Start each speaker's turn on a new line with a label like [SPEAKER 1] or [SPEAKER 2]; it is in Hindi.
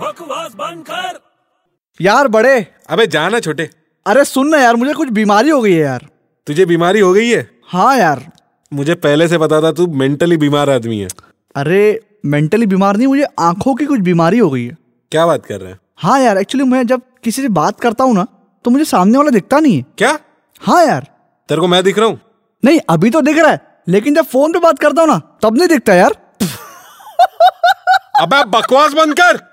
[SPEAKER 1] बकवास बंद कर
[SPEAKER 2] यार बड़े
[SPEAKER 3] अबे जाना छोटे
[SPEAKER 2] अरे सुन ना यार मुझे कुछ बीमारी हो गई है यार
[SPEAKER 3] तुझे बीमारी हो गई है
[SPEAKER 2] हाँ यार
[SPEAKER 3] मुझे पहले से पता था तू मेंटली बीमार आदमी है
[SPEAKER 2] अरे मेंटली बीमार नहीं मुझे आंखों की कुछ बीमारी हो गई है
[SPEAKER 3] क्या बात कर रहे हैं
[SPEAKER 2] हाँ यार एक्चुअली मैं जब किसी से बात करता हूँ ना तो मुझे सामने वाला दिखता नहीं है
[SPEAKER 3] क्या
[SPEAKER 2] हाँ यार
[SPEAKER 3] तेरे को मैं दिख रहा हूँ
[SPEAKER 2] नहीं अभी तो दिख रहा है लेकिन जब फोन पे बात करता हूँ ना तब नहीं दिखता यार
[SPEAKER 3] अबे बकवास बंद कर